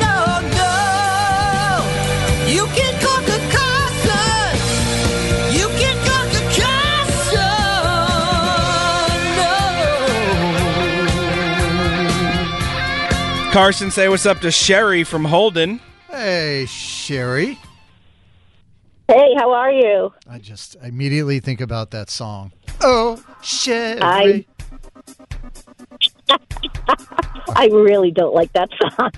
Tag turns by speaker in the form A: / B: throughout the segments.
A: no, no. You can conquer castles. You can conquer castles.
B: Carson, say what's up to Sherry from Holden.
C: Hey, Sherry.
D: Hey, how are you?
C: I just immediately think about that song. Oh, Sherry.
D: I- I really don't like that song.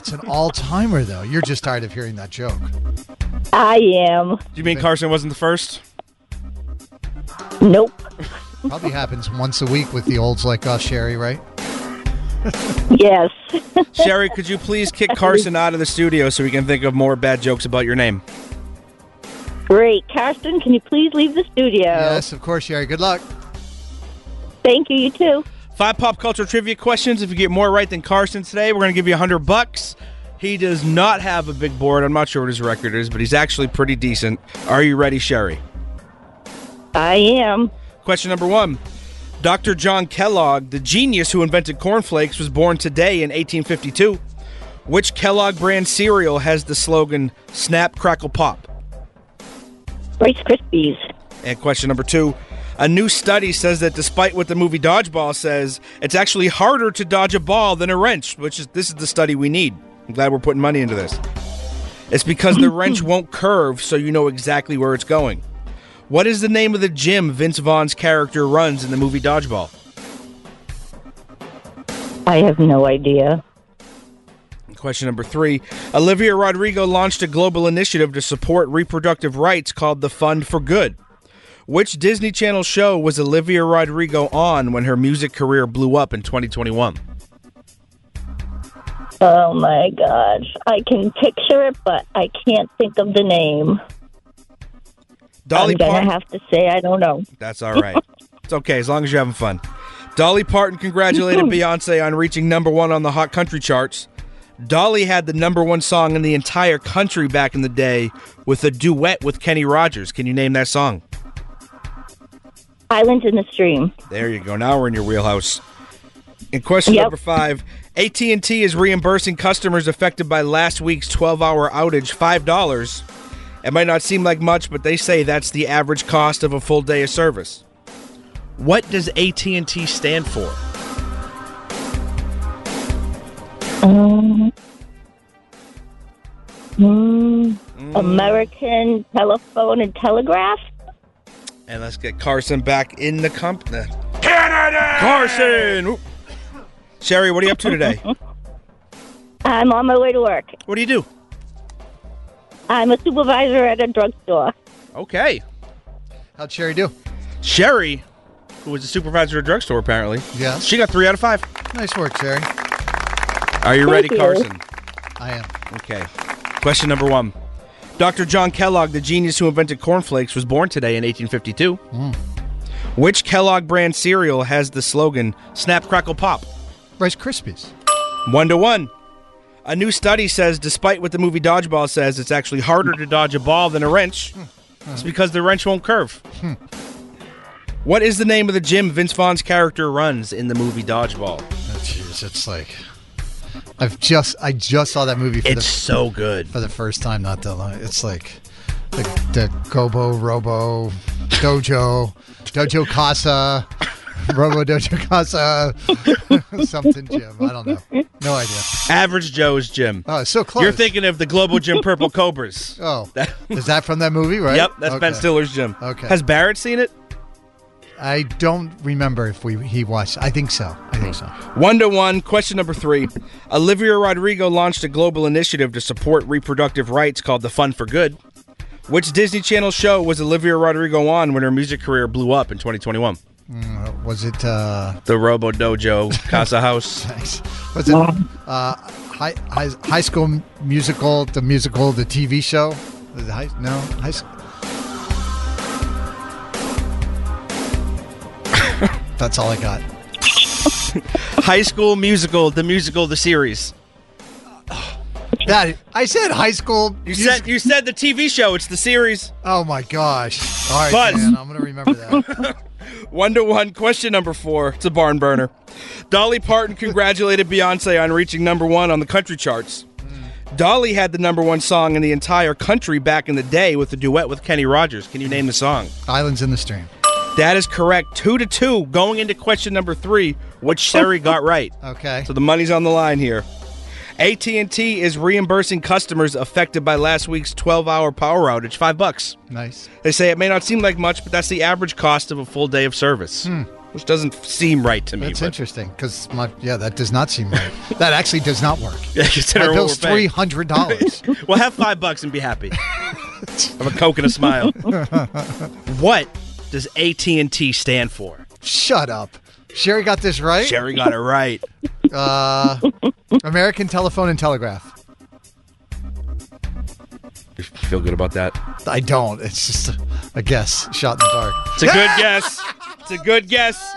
C: It's an all timer, though. You're just tired of hearing that joke.
D: I am.
B: Do you mean Carson wasn't the first?
D: Nope.
C: Probably happens once a week with the olds like us, Sherry, right?
D: Yes.
B: Sherry, could you please kick Carson out of the studio so we can think of more bad jokes about your name?
D: Great. Karsten, can you please leave the studio?
E: Oh.
C: Yes, of course, Sherry. Good luck.
D: Thank you, you too.
B: Five pop culture trivia questions. If you get more right than Carson today, we're going to give you 100 bucks. He does not have a big board. I'm not sure what his record is, but he's actually pretty decent. Are you ready, Sherry?
D: I am.
B: Question number one Dr. John Kellogg, the genius who invented cornflakes, was born today in 1852. Which Kellogg brand cereal has the slogan Snap, Crackle, Pop?
D: Rice Krispies.
B: And question number two a new study says that despite what the movie Dodgeball says, it's actually harder to dodge a ball than a wrench, which is this is the study we need. I'm glad we're putting money into this. It's because the wrench won't curve, so you know exactly where it's going. What is the name of the gym Vince Vaughn's character runs in the movie Dodgeball?
D: I have no idea.
B: Question number three Olivia Rodrigo launched a global initiative to support reproductive rights called the Fund for Good. Which Disney Channel show was Olivia Rodrigo on when her music career blew up in 2021?
D: Oh my gosh. I can picture it, but I can't think of the name.
B: Dolly
D: I'm going
B: Parton.
D: to have to say I don't know.
B: That's all right. it's okay as long as you're having fun. Dolly Parton congratulated Beyonce on reaching number one on the Hot Country charts. Dolly had the number one song in the entire country back in the day with a duet with Kenny Rogers. Can you name that song?
D: Islands in the Stream.
B: There you go. Now we're in your wheelhouse. And question
D: Yep.
B: number five: AT and T is reimbursing customers affected by last week's 12-hour outage five dollars. It might not seem like much, but they say that's the average cost of a full day of service. What does AT and T stand for?
D: Um, mm, American Telephone and Telegraph?
B: And let's get Carson back in the comp. uh, Carson. Oop. Sherry, what are you up to today?
D: I'm on my way to work.
B: what do you do?
D: I'm a supervisor at a drugstore.
B: Okay,
C: How'd Sherry do?
B: Sherry, who was the supervisor of a drugstore, apparently.
C: Yes.
B: She got three out of five.
C: Nice work, Sherry.
B: Are you ready,
D: you.
B: Carson?
C: I am.
B: Okay. Question number one. Dr. John Kellogg, the genius who invented cornflakes, was born today in 1852. Which Kellogg brand cereal has the slogan Snap, Crackle, Pop?
C: Rice Krispies.
B: One to one. A new study says, despite what the movie Dodgeball says, it's actually harder to dodge a ball than a wrench. It's because the wrench won't curve. What is the name of the gym Vince Vaughn's character runs in the movie Dodgeball?
C: Oh, Jeez, it's like I've just I just saw that movie for
B: It's
C: the
B: so good.
C: for the first time not that long. It's like the, the Gobo Robo Dojo Dojo Casa Robo Dojo Casa something Jim. I don't know. No idea.
B: Average Joe's gym.
C: Oh, it's so close.
B: You're thinking of the Global Gym Purple Cobras.
C: Oh, is that from that movie? Right.
B: Yep, that's Ben
C: Okay.
B: Stiller's gym.
C: Okay.
B: Has Barrett seen it?
C: I don't remember if we he watched. I think so. I think
B: Hmm.
C: so.
B: One to one. Question number three. Olivia Rodrigo launched a global initiative to support reproductive rights called the Fund for Good. Which Disney Channel show was Olivia Rodrigo on when her music career blew up in 2021?
C: Uh, Was it? uh
B: The Robo Dojo Casa House.
C: Thanks. Was it? Uh, high, high High School Musical, the musical, the TV show. Was it high, no, high school. That's all I got.
B: High School Musical, the musical, the series.
C: That I said high school.
B: You
C: music-
B: said you said the TV show. It's the series.
C: Oh my gosh! All right,
B: Buzz.
C: Dan, I'm gonna remember that.
B: One to one. Question number four. It's a barn burner. Dolly Parton congratulated Beyonce on reaching number one on the country charts. Dolly had the number one song in the entire country back in the day with the duet with Kenny Rogers. Can you name the song?
C: Islands in the Stream.
B: That is correct. Two to two. Going into question number three, which Sherry got right.
C: Okay.
B: So the money's on the line here. AT&T is reimbursing customers affected by last week's 12-hour power outage 5 bucks.
C: Nice.
B: They say it may not seem like much, but that's the average cost of a full day of service. Which doesn't seem right to me.
C: Hmm. That's
B: but-
C: interesting because my yeah, that does not seem right. that actually does not work.
B: Yeah,
C: My
B: consider what
C: bill's
B: we're
C: three
B: paying.
C: hundred dollars.
B: Well, have five bucks and be happy. Have a coke and a smile. what does AT and T stand for?
C: Shut up. Sherry got this right.
B: Sherry got it right.
C: Uh, American Telephone and Telegraph.
B: You feel good about that?
C: I don't. It's just a, a guess. Shot in the dark.
B: It's a good guess. It's a good guess.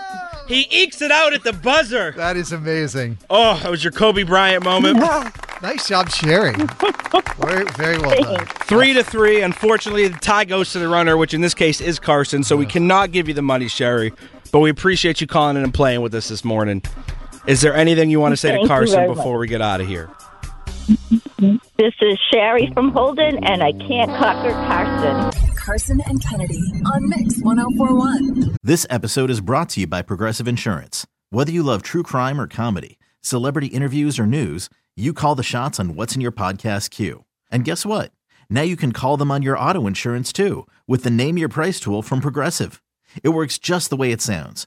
B: He ekes it out at the buzzer.
C: That is amazing.
B: Oh, that was your Kobe Bryant moment.
C: Nice job, Sherry. Very, very well done.
B: Three to three. Unfortunately, the tie goes to the runner, which in this case is Carson. So we cannot give you the money, Sherry. But we appreciate you calling in and playing with us this morning. Is there anything you want to say
D: Thank
B: to
D: you
B: Carson
D: very much.
B: before we get out of here?
D: This is Sherry from Holden, and I can't conquer Carson.
F: Carson and Kennedy on Mix 1041.
G: This episode is brought to you by Progressive Insurance. Whether you love true crime or comedy, celebrity interviews or news, you call the shots on what's in your podcast queue. And guess what? Now you can call them on your auto insurance too with the Name Your Price tool from Progressive. It works just the way it sounds.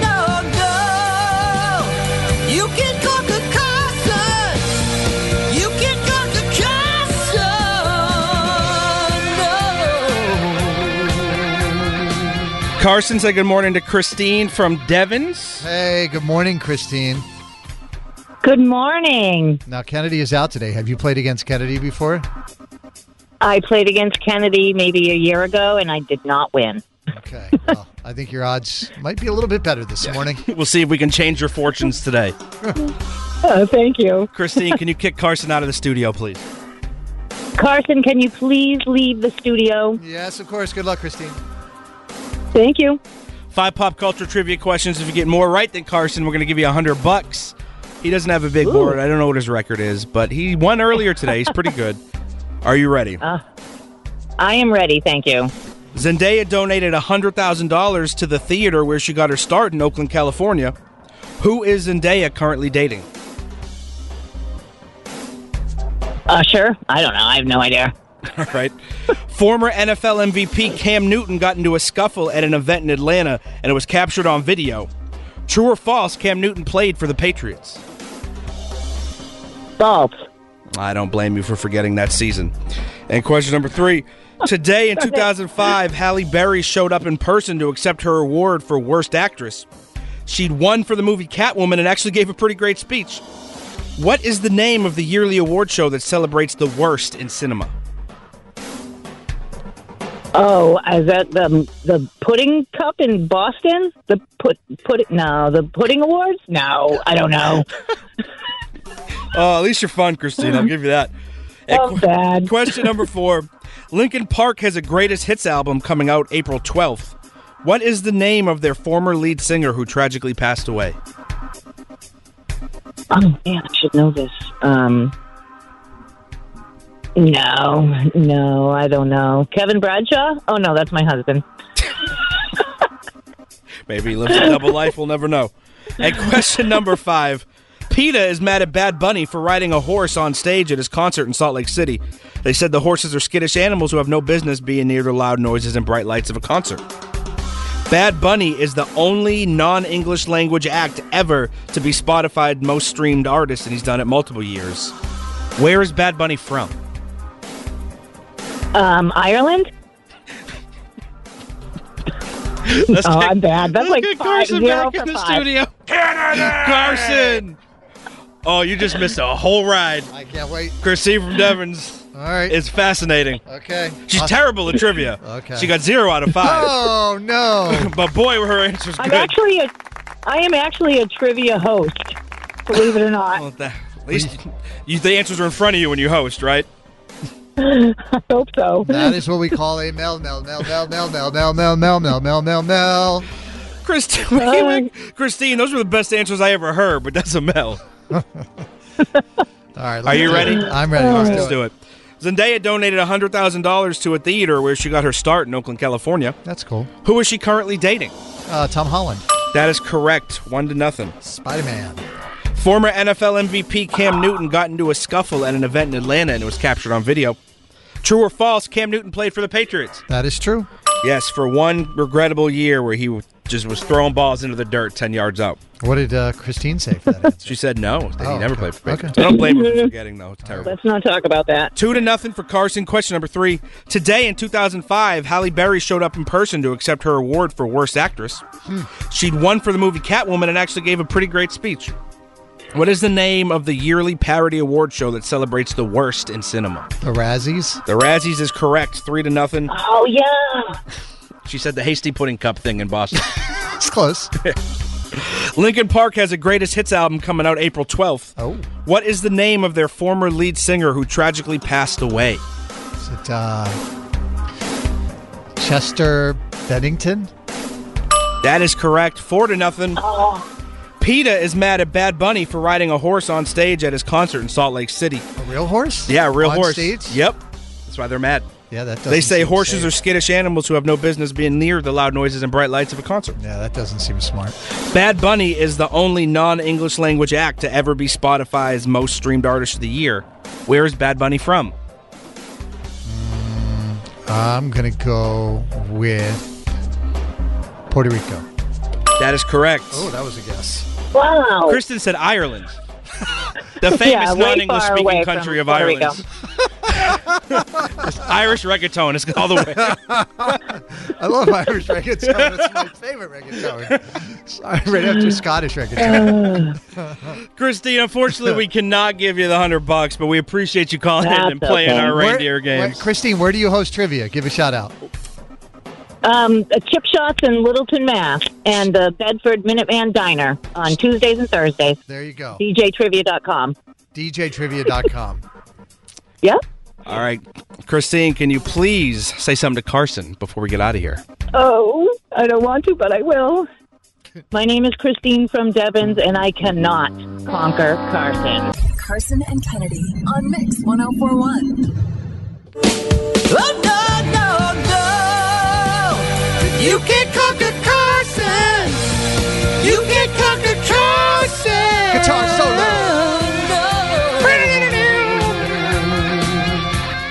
A: no, no. You can conquer Carson. You can conquer Carson. No.
B: Carson, say good morning to Christine from Devon's.
C: Hey, good morning, Christine.
D: Good morning.
C: Now Kennedy is out today. Have you played against Kennedy before?
D: I played against Kennedy maybe a year ago, and I did not win.
C: Okay. Well, I think your odds might be a little bit better this morning.
B: We'll see if we can change your fortunes today.
D: Oh, thank you.
B: Christine, can you kick Carson out of the studio, please?
D: Carson, can you please leave the studio?
C: Yes, of course. Good luck, Christine.
D: Thank you.
B: Five pop culture trivia questions. If you get more right than Carson, we're going to give you a hundred bucks. He doesn't have a big board. I don't know what his record is, but he won earlier today. He's pretty good. Are you ready?
D: I am ready. Thank you.
B: Zendaya donated $100,000 to the theater where she got her start in Oakland, California. Who is Zendaya currently dating?
H: Usher? I don't know. I have no idea.
B: All right. Former NFL MVP Cam Newton got into a scuffle at an event in Atlanta and it was captured on video. True or false, Cam Newton played for the Patriots?
H: False.
B: I don't blame you for forgetting that season. And question number three. Today in 2005, Halle Berry showed up in person to accept her award for Worst Actress. She'd won for the movie Catwoman and actually gave a pretty great speech. What is the name of the yearly award show that celebrates the worst in cinema?
H: Oh, is that the the pudding cup in Boston? The put put no, the pudding awards? No, I don't know.
B: Oh, at least you're fun, Christine. I'll give you that. And
H: Oh,
B: que-
H: bad.
B: Question number four. Lincoln Park has a greatest hits album coming out April 12th. What is the name of their former lead singer who tragically passed away?
H: Oh man, I should know this. Um, no, no, I don't know. Kevin Bradshaw? Oh no, that's my husband.
B: Maybe he lives a double life, we'll never know. And question number five. PETA is mad at Bad Bunny for riding a horse on stage at his concert in Salt Lake City. They said the horses are skittish animals who have no business being near the loud noises and bright lights of a concert. Bad Bunny is the only non English language act ever to be Spotify's most streamed artist, and he's done it multiple years. Where is Bad Bunny from?
H: Um, Ireland?
B: Let's
H: Oh,
B: take-
H: I'm bad. That's
B: let's
H: like
B: get
H: five,
B: Carson
H: zero
B: back in
H: for
B: the
H: five.
B: studio. Canada! Carson! Oh, you just missed a whole ride.
C: I can't wait.
B: Christine from Devon's
C: All right.
B: is fascinating.
C: okay.
B: She's
C: Uh,
B: terrible at trivia.
C: Okay.
B: She got zero out of five.
C: Oh no.
B: But boy, were her answers
H: I'm
B: good.
H: actually a, I am actually a trivia host. Believe it or not,
B: Well, the- at least you, the answers are in front of you when you host, right?
H: I hope so.
C: That is what we call a mel mel mel mel mel mel mel mel mel mel mel mel mel.
B: Christine, wait, wait. Christine, those were the best answers I ever heard, but that's a mel.
C: All right.
B: Are you
C: let's do
B: ready?
C: it. I'm ready. Let's
B: Let's
C: do it.
B: do it. Zendaya donated $100,000 to a theater where she got her start in Oakland, California.
C: That's cool.
B: Who is she currently dating?
C: Uh, Tom Holland,
B: That is correct. One to nothing.
C: Spider Man.
B: Former NFL MVP Cam Newton got into a scuffle at an event in Atlanta and it was captured on video. True or false, Cam Newton played for the Patriots?
C: That is true.
B: Yes, for one regrettable year where he just was throwing balls into the dirt 10 yards out.
C: What did uh, Christine say for that answer?
B: She said no, that he
C: Oh,
B: never
C: okay.
B: played for the Patriots.
C: Okay.
B: I don't blame her for forgetting, though. It's terrible.
H: Let's not talk about that.
B: Two to nothing for Carson. Question number three. Today in 2005, Halle Berry showed up in person to accept her award for Worst Actress. She'd won for the movie Catwoman and actually gave a pretty great speech. What is the name of the yearly parody award show that celebrates the worst in cinema?
C: The Razzies.
B: The Razzies is correct. Three to nothing.
H: Oh yeah,
B: She said the Hasty Pudding Cup thing in Boston.
C: It's close.
B: Lincoln Park has a greatest hits album coming out April 12th.
C: Oh.
B: What is the name of their former lead singer who tragically passed away?
C: Is it uh, Chester Bennington?
B: That is correct. Four to nothing. PETA is mad at Bad Bunny for riding a horse on stage at his concert in Salt Lake City.
C: A real horse?
B: Yeah, a real
C: On
B: horse.
C: Stage?
B: Yep. That's why they're mad.
C: Yeah, that doesn't
B: they say
C: seem
B: horses are
C: safe.
B: skittish animals who have no business being near the loud noises and bright lights of a concert.
C: Yeah, that doesn't seem smart.
B: Bad Bunny is the only non English language act to ever be Spotify's most streamed artist of the year. Where is Bad Bunny from?
C: I'm gonna go with Puerto Rico.
B: That is correct.
C: Oh, that was a guess.
H: wow.
B: Kristen said Ireland. the famous
H: Yeah, way
B: non English
H: far
B: speaking
H: away
B: country
H: from
B: of
H: Puerto
B: Ireland. Irish reggaeton is all the way.
C: I love Irish reggaeton. It's my favorite reggaeton. Sorry, right after Scottish reggaeton.
B: Christine, unfortunately, we cannot give you the hundred bucks, but we appreciate you calling in
H: That's
B: and playing
H: okay.
B: our
C: Where-
B: reindeer
C: where-
B: games.
C: Christine, where do you host trivia? Give a shout out.
H: Um, uh, Chip Shots in Littleton, Mass, and the Bedford Minuteman Diner on Tuesdays and Thursdays.
C: There you go.
H: DJTrivia.com.
C: DJtrivia.com.
H: Yep.
B: All right, Christine, can you please say something to Carson before we get out of here?
H: Oh, I don't want to, but I will. My name is Christine from Devons, and I cannot conquer Carson.
F: Carson and Kennedy on oh Mix 1041.
A: Oh, no, no, no. You can conquer Carson. You can conquer Carson.
C: Guitar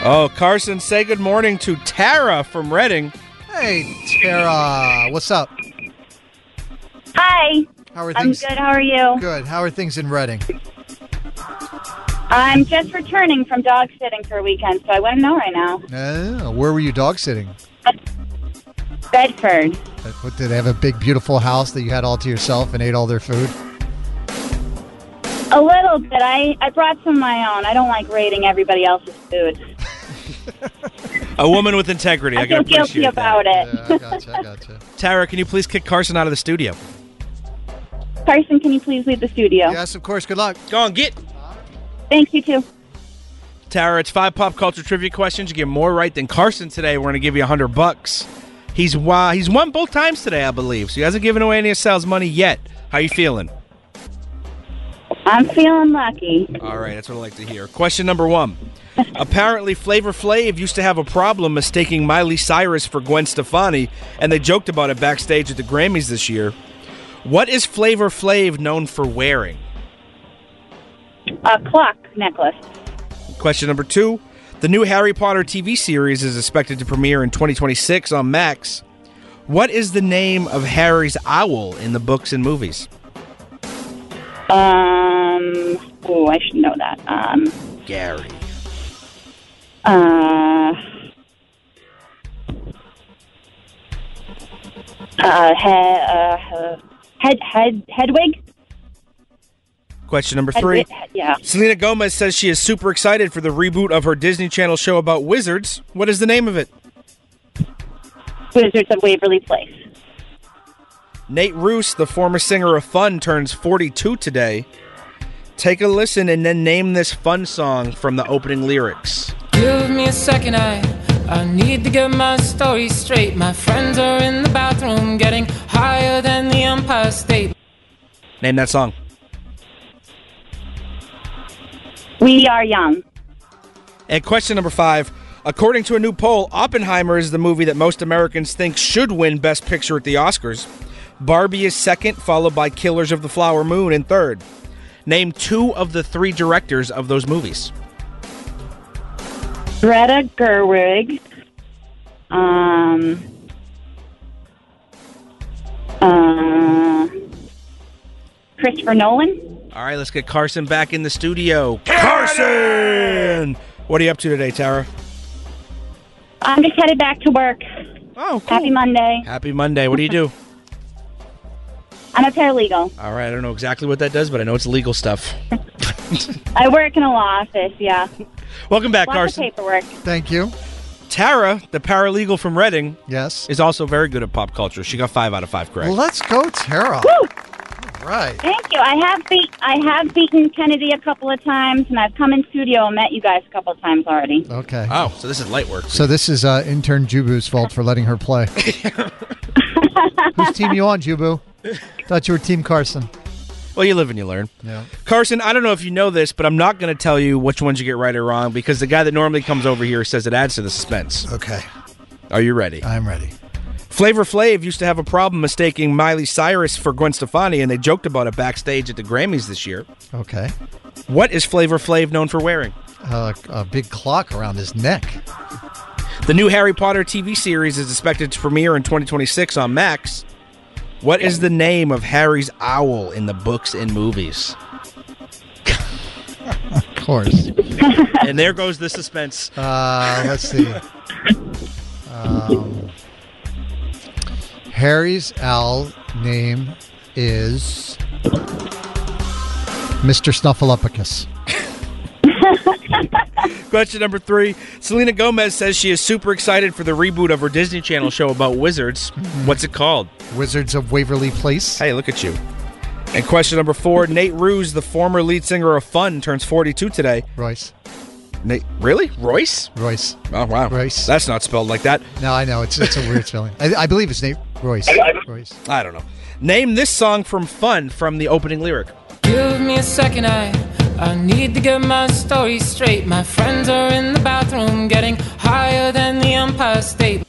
B: Oh, Carson, say good morning to Tara from Reading.
C: Hey, Tara, what's up?
E: Hi.
C: How are
E: I'm
C: things?
E: good. How are you?
C: Good. How are things in Reading?
E: I'm just returning from dog sitting for a weekend, so I want to know right now.
C: Uh, where were you dog sitting?
E: Bedford.
C: Uh, What, did they have a big, beautiful house that you had all to yourself and ate all their food?
E: A little bit. I, I brought some of my own. I don't like rating everybody else's food.
B: A woman with integrity. I,
E: I
B: can
E: feel
B: appreciate
E: guilty
B: that.
E: about it.
C: Uh,
B: Tara, can you please kick Carson out of the studio?
E: Carson, can you please leave the studio?
C: Yes, of course. Good luck.
B: Go on, get.
E: Thank you, too.
B: Tara, it's five pop culture trivia questions. You get more right than Carson today. We're going to give you a hundred bucks. He's wow, he's won both times today, I believe. So he hasn't given away any of Sal's money yet. How you feeling?
E: I'm feeling lucky.
B: All right, that's what I like to hear. Question number one. Apparently, Flavor Flav used to have a problem mistaking Miley Cyrus for Gwen Stefani, and they joked about it backstage at the Grammys this year. What is Flavor Flav known for wearing?
E: A clock necklace.
B: Question number two. The new Harry Potter TV series is expected to premiere in 2026 on Max. What is the name of Harry's owl in the books and movies?
E: Um, oh, I should know that. Um,
B: Gary.
E: uh, uh, he, uh, uh, head, head, Hedwig?
B: Question number three.
E: Hedwig? Yeah.
B: Selena Gomez says she is super excited for the reboot of her Disney Channel show about wizards. What is the name of it?
E: Wizards of Waverly Place.
B: Nate Roos, the former singer of Fun, turns 42 today. Take a listen and then name this Fun song from the opening lyrics.
A: Give me a second, I I need to get my story straight. My friends are in the bathroom, getting higher than the Empire State.
B: Name that song.
E: We are young.
B: And question number five. According to a new poll, Oppenheimer is the movie that most Americans think should win Best Picture at the Oscars. Barbie is second, followed by Killers of the Flower Moon in third. Name two of the three directors of those movies.
E: Greta Gerwig. Um. Uh, Christopher Nolan.
B: All right, let's get Carson back in the studio. Carson! What are you up to today, Tara?
E: I'm just headed back to work.
B: Oh,
E: Happy Monday.
B: Happy Monday. What do you do?
E: I'm a paralegal.
B: All right, I don't know exactly what that does, but I know it's legal stuff.
E: I work in a law office. Yeah.
B: Welcome back,
E: Lots of
B: Carson.
E: paperwork.
C: Thank you.
B: Tara, the paralegal from Reading,
C: Yes.
B: is also very good at pop culture. She got five out of five correct.
C: Let's go, Tara.
E: Woo!
C: All right.
E: Thank you. I have beat I have beaten Kennedy a couple of times, and I've come in studio and met you guys a couple of times already.
C: Okay.
B: Oh, so this is light work.
C: So this is uh, intern Jubu's fault for letting her play. Whose team you on, Jubu? Thought you were Team Carson.
B: Well, you live and you learn.
C: Yeah.
B: Carson, I don't know if you know this, but I'm not going to tell you which ones you get right or wrong because the guy that normally comes over here says it adds to the suspense.
C: Okay.
B: Are you ready?
C: I'm ready.
B: Flavor Flav used to have a problem mistaking Miley Cyrus for Gwen Stefani, and they joked about it backstage at the Grammys this year.
C: Okay.
B: What is Flavor Flav known for wearing?
C: Uh, a big clock around his neck.
B: The new Harry Potter TV series is expected to premiere in 2026 on Max. What is the name of Harry's owl in the books and movies?
C: Of course.
B: and there goes the suspense.
C: Uh, let's see. Um, Harry's owl name is Mr. Snuffleupagus.
B: Question number three Selena Gomez says she is super excited for the reboot of her Disney Channel show about wizards. What's it called?
C: Wizards of Waverly Place.
B: Hey, look at you. And question number four Nate Ruse, the former lead singer of Fun, turns 42 today.
C: Royce.
B: Nate, really? Royce?
C: Royce.
B: Oh, wow.
C: Royce.
B: That's not spelled like that.
C: No, I know it's it's a weird spelling. I, I believe it's Nate Royce. Royce.
B: I don't know. Name this song from Fun from the opening lyric.
A: Give me a second, I I need to get my story straight. My friends are in the bathroom, getting higher than the Empire State.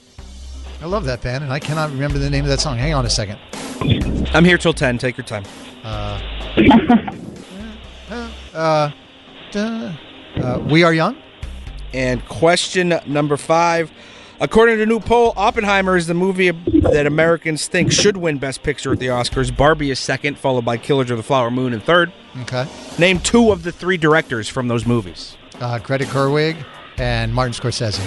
C: I love that band, and I cannot remember the name of that song. Hang on a second.
B: I'm here till 10. Take your time.
C: Uh, uh, duh. Uh, we are young.
B: And question number five. According to a new poll, Oppenheimer is the movie that Americans think should win Best Picture at the Oscars. Barbie is second, followed by Killers of the Flower Moon in third.
C: Okay.
B: Name two of the three directors from those movies.
C: Uh, Greta Gerwig and Martin Scorsese.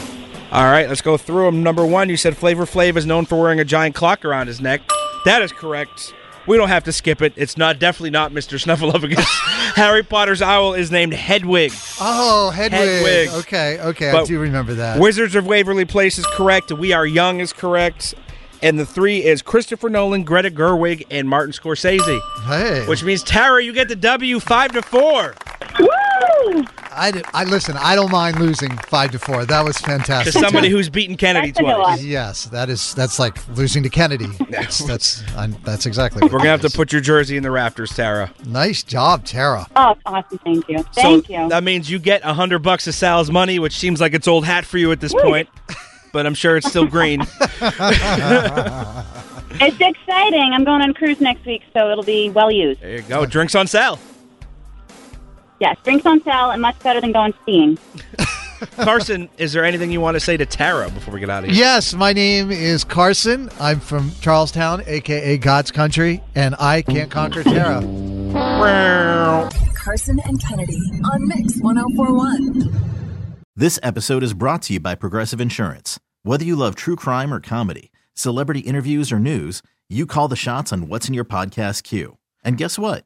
B: All right, let's go through them. Number one, you said Flavor Flav is known for wearing a giant clock around his neck. That is correct. We don't have to skip it. It's not definitely not Mr. Snuffleupagus. Harry Potter's owl is named Hedwig.
C: Oh, Hedwig.
B: Hedwig.
C: Okay, okay, I
B: But
C: do remember that.
B: Wizards of Waverly Place is correct. We Are Young is correct. And the three is Christopher Nolan, Greta Gerwig, and Martin Scorsese.
C: Hey.
B: Which means Tara, you get the W five to four.
C: Woo! I, did- I listen. I don't mind losing five to four. That was
B: To
C: fantastic.
B: somebody who's beaten Kennedy twice.
C: Yes, that is that's like losing to Kennedy. That's that's, i that's exactly.
B: We're gonna have to put your jersey in the rafters, Tara.
C: Nice job, Tara.
E: Oh, awesome. Thank you.
B: So
E: Thank you.
B: That means you get a hundred bucks of Sal's money, which seems like it's old hat for you at this point. But I'm sure it's still green.
E: It's exciting. I'm going on a cruise next week, so it'll be well used.
B: There you go. Drinks on sale.
E: Yes, drinks on sale and much better than going skiing.
B: Carson, is there anything you want to say to Tara before we get out of here?
C: Yes, my name is Carson. I'm from Charlestown, aka God's Country, and I can't conquer Tara.
F: Carson and Kennedy on Mix 1041.
G: This episode is brought to you by Progressive Insurance. Whether you love true crime or comedy, celebrity interviews or news, you call the shots on what's in your podcast queue. And guess what?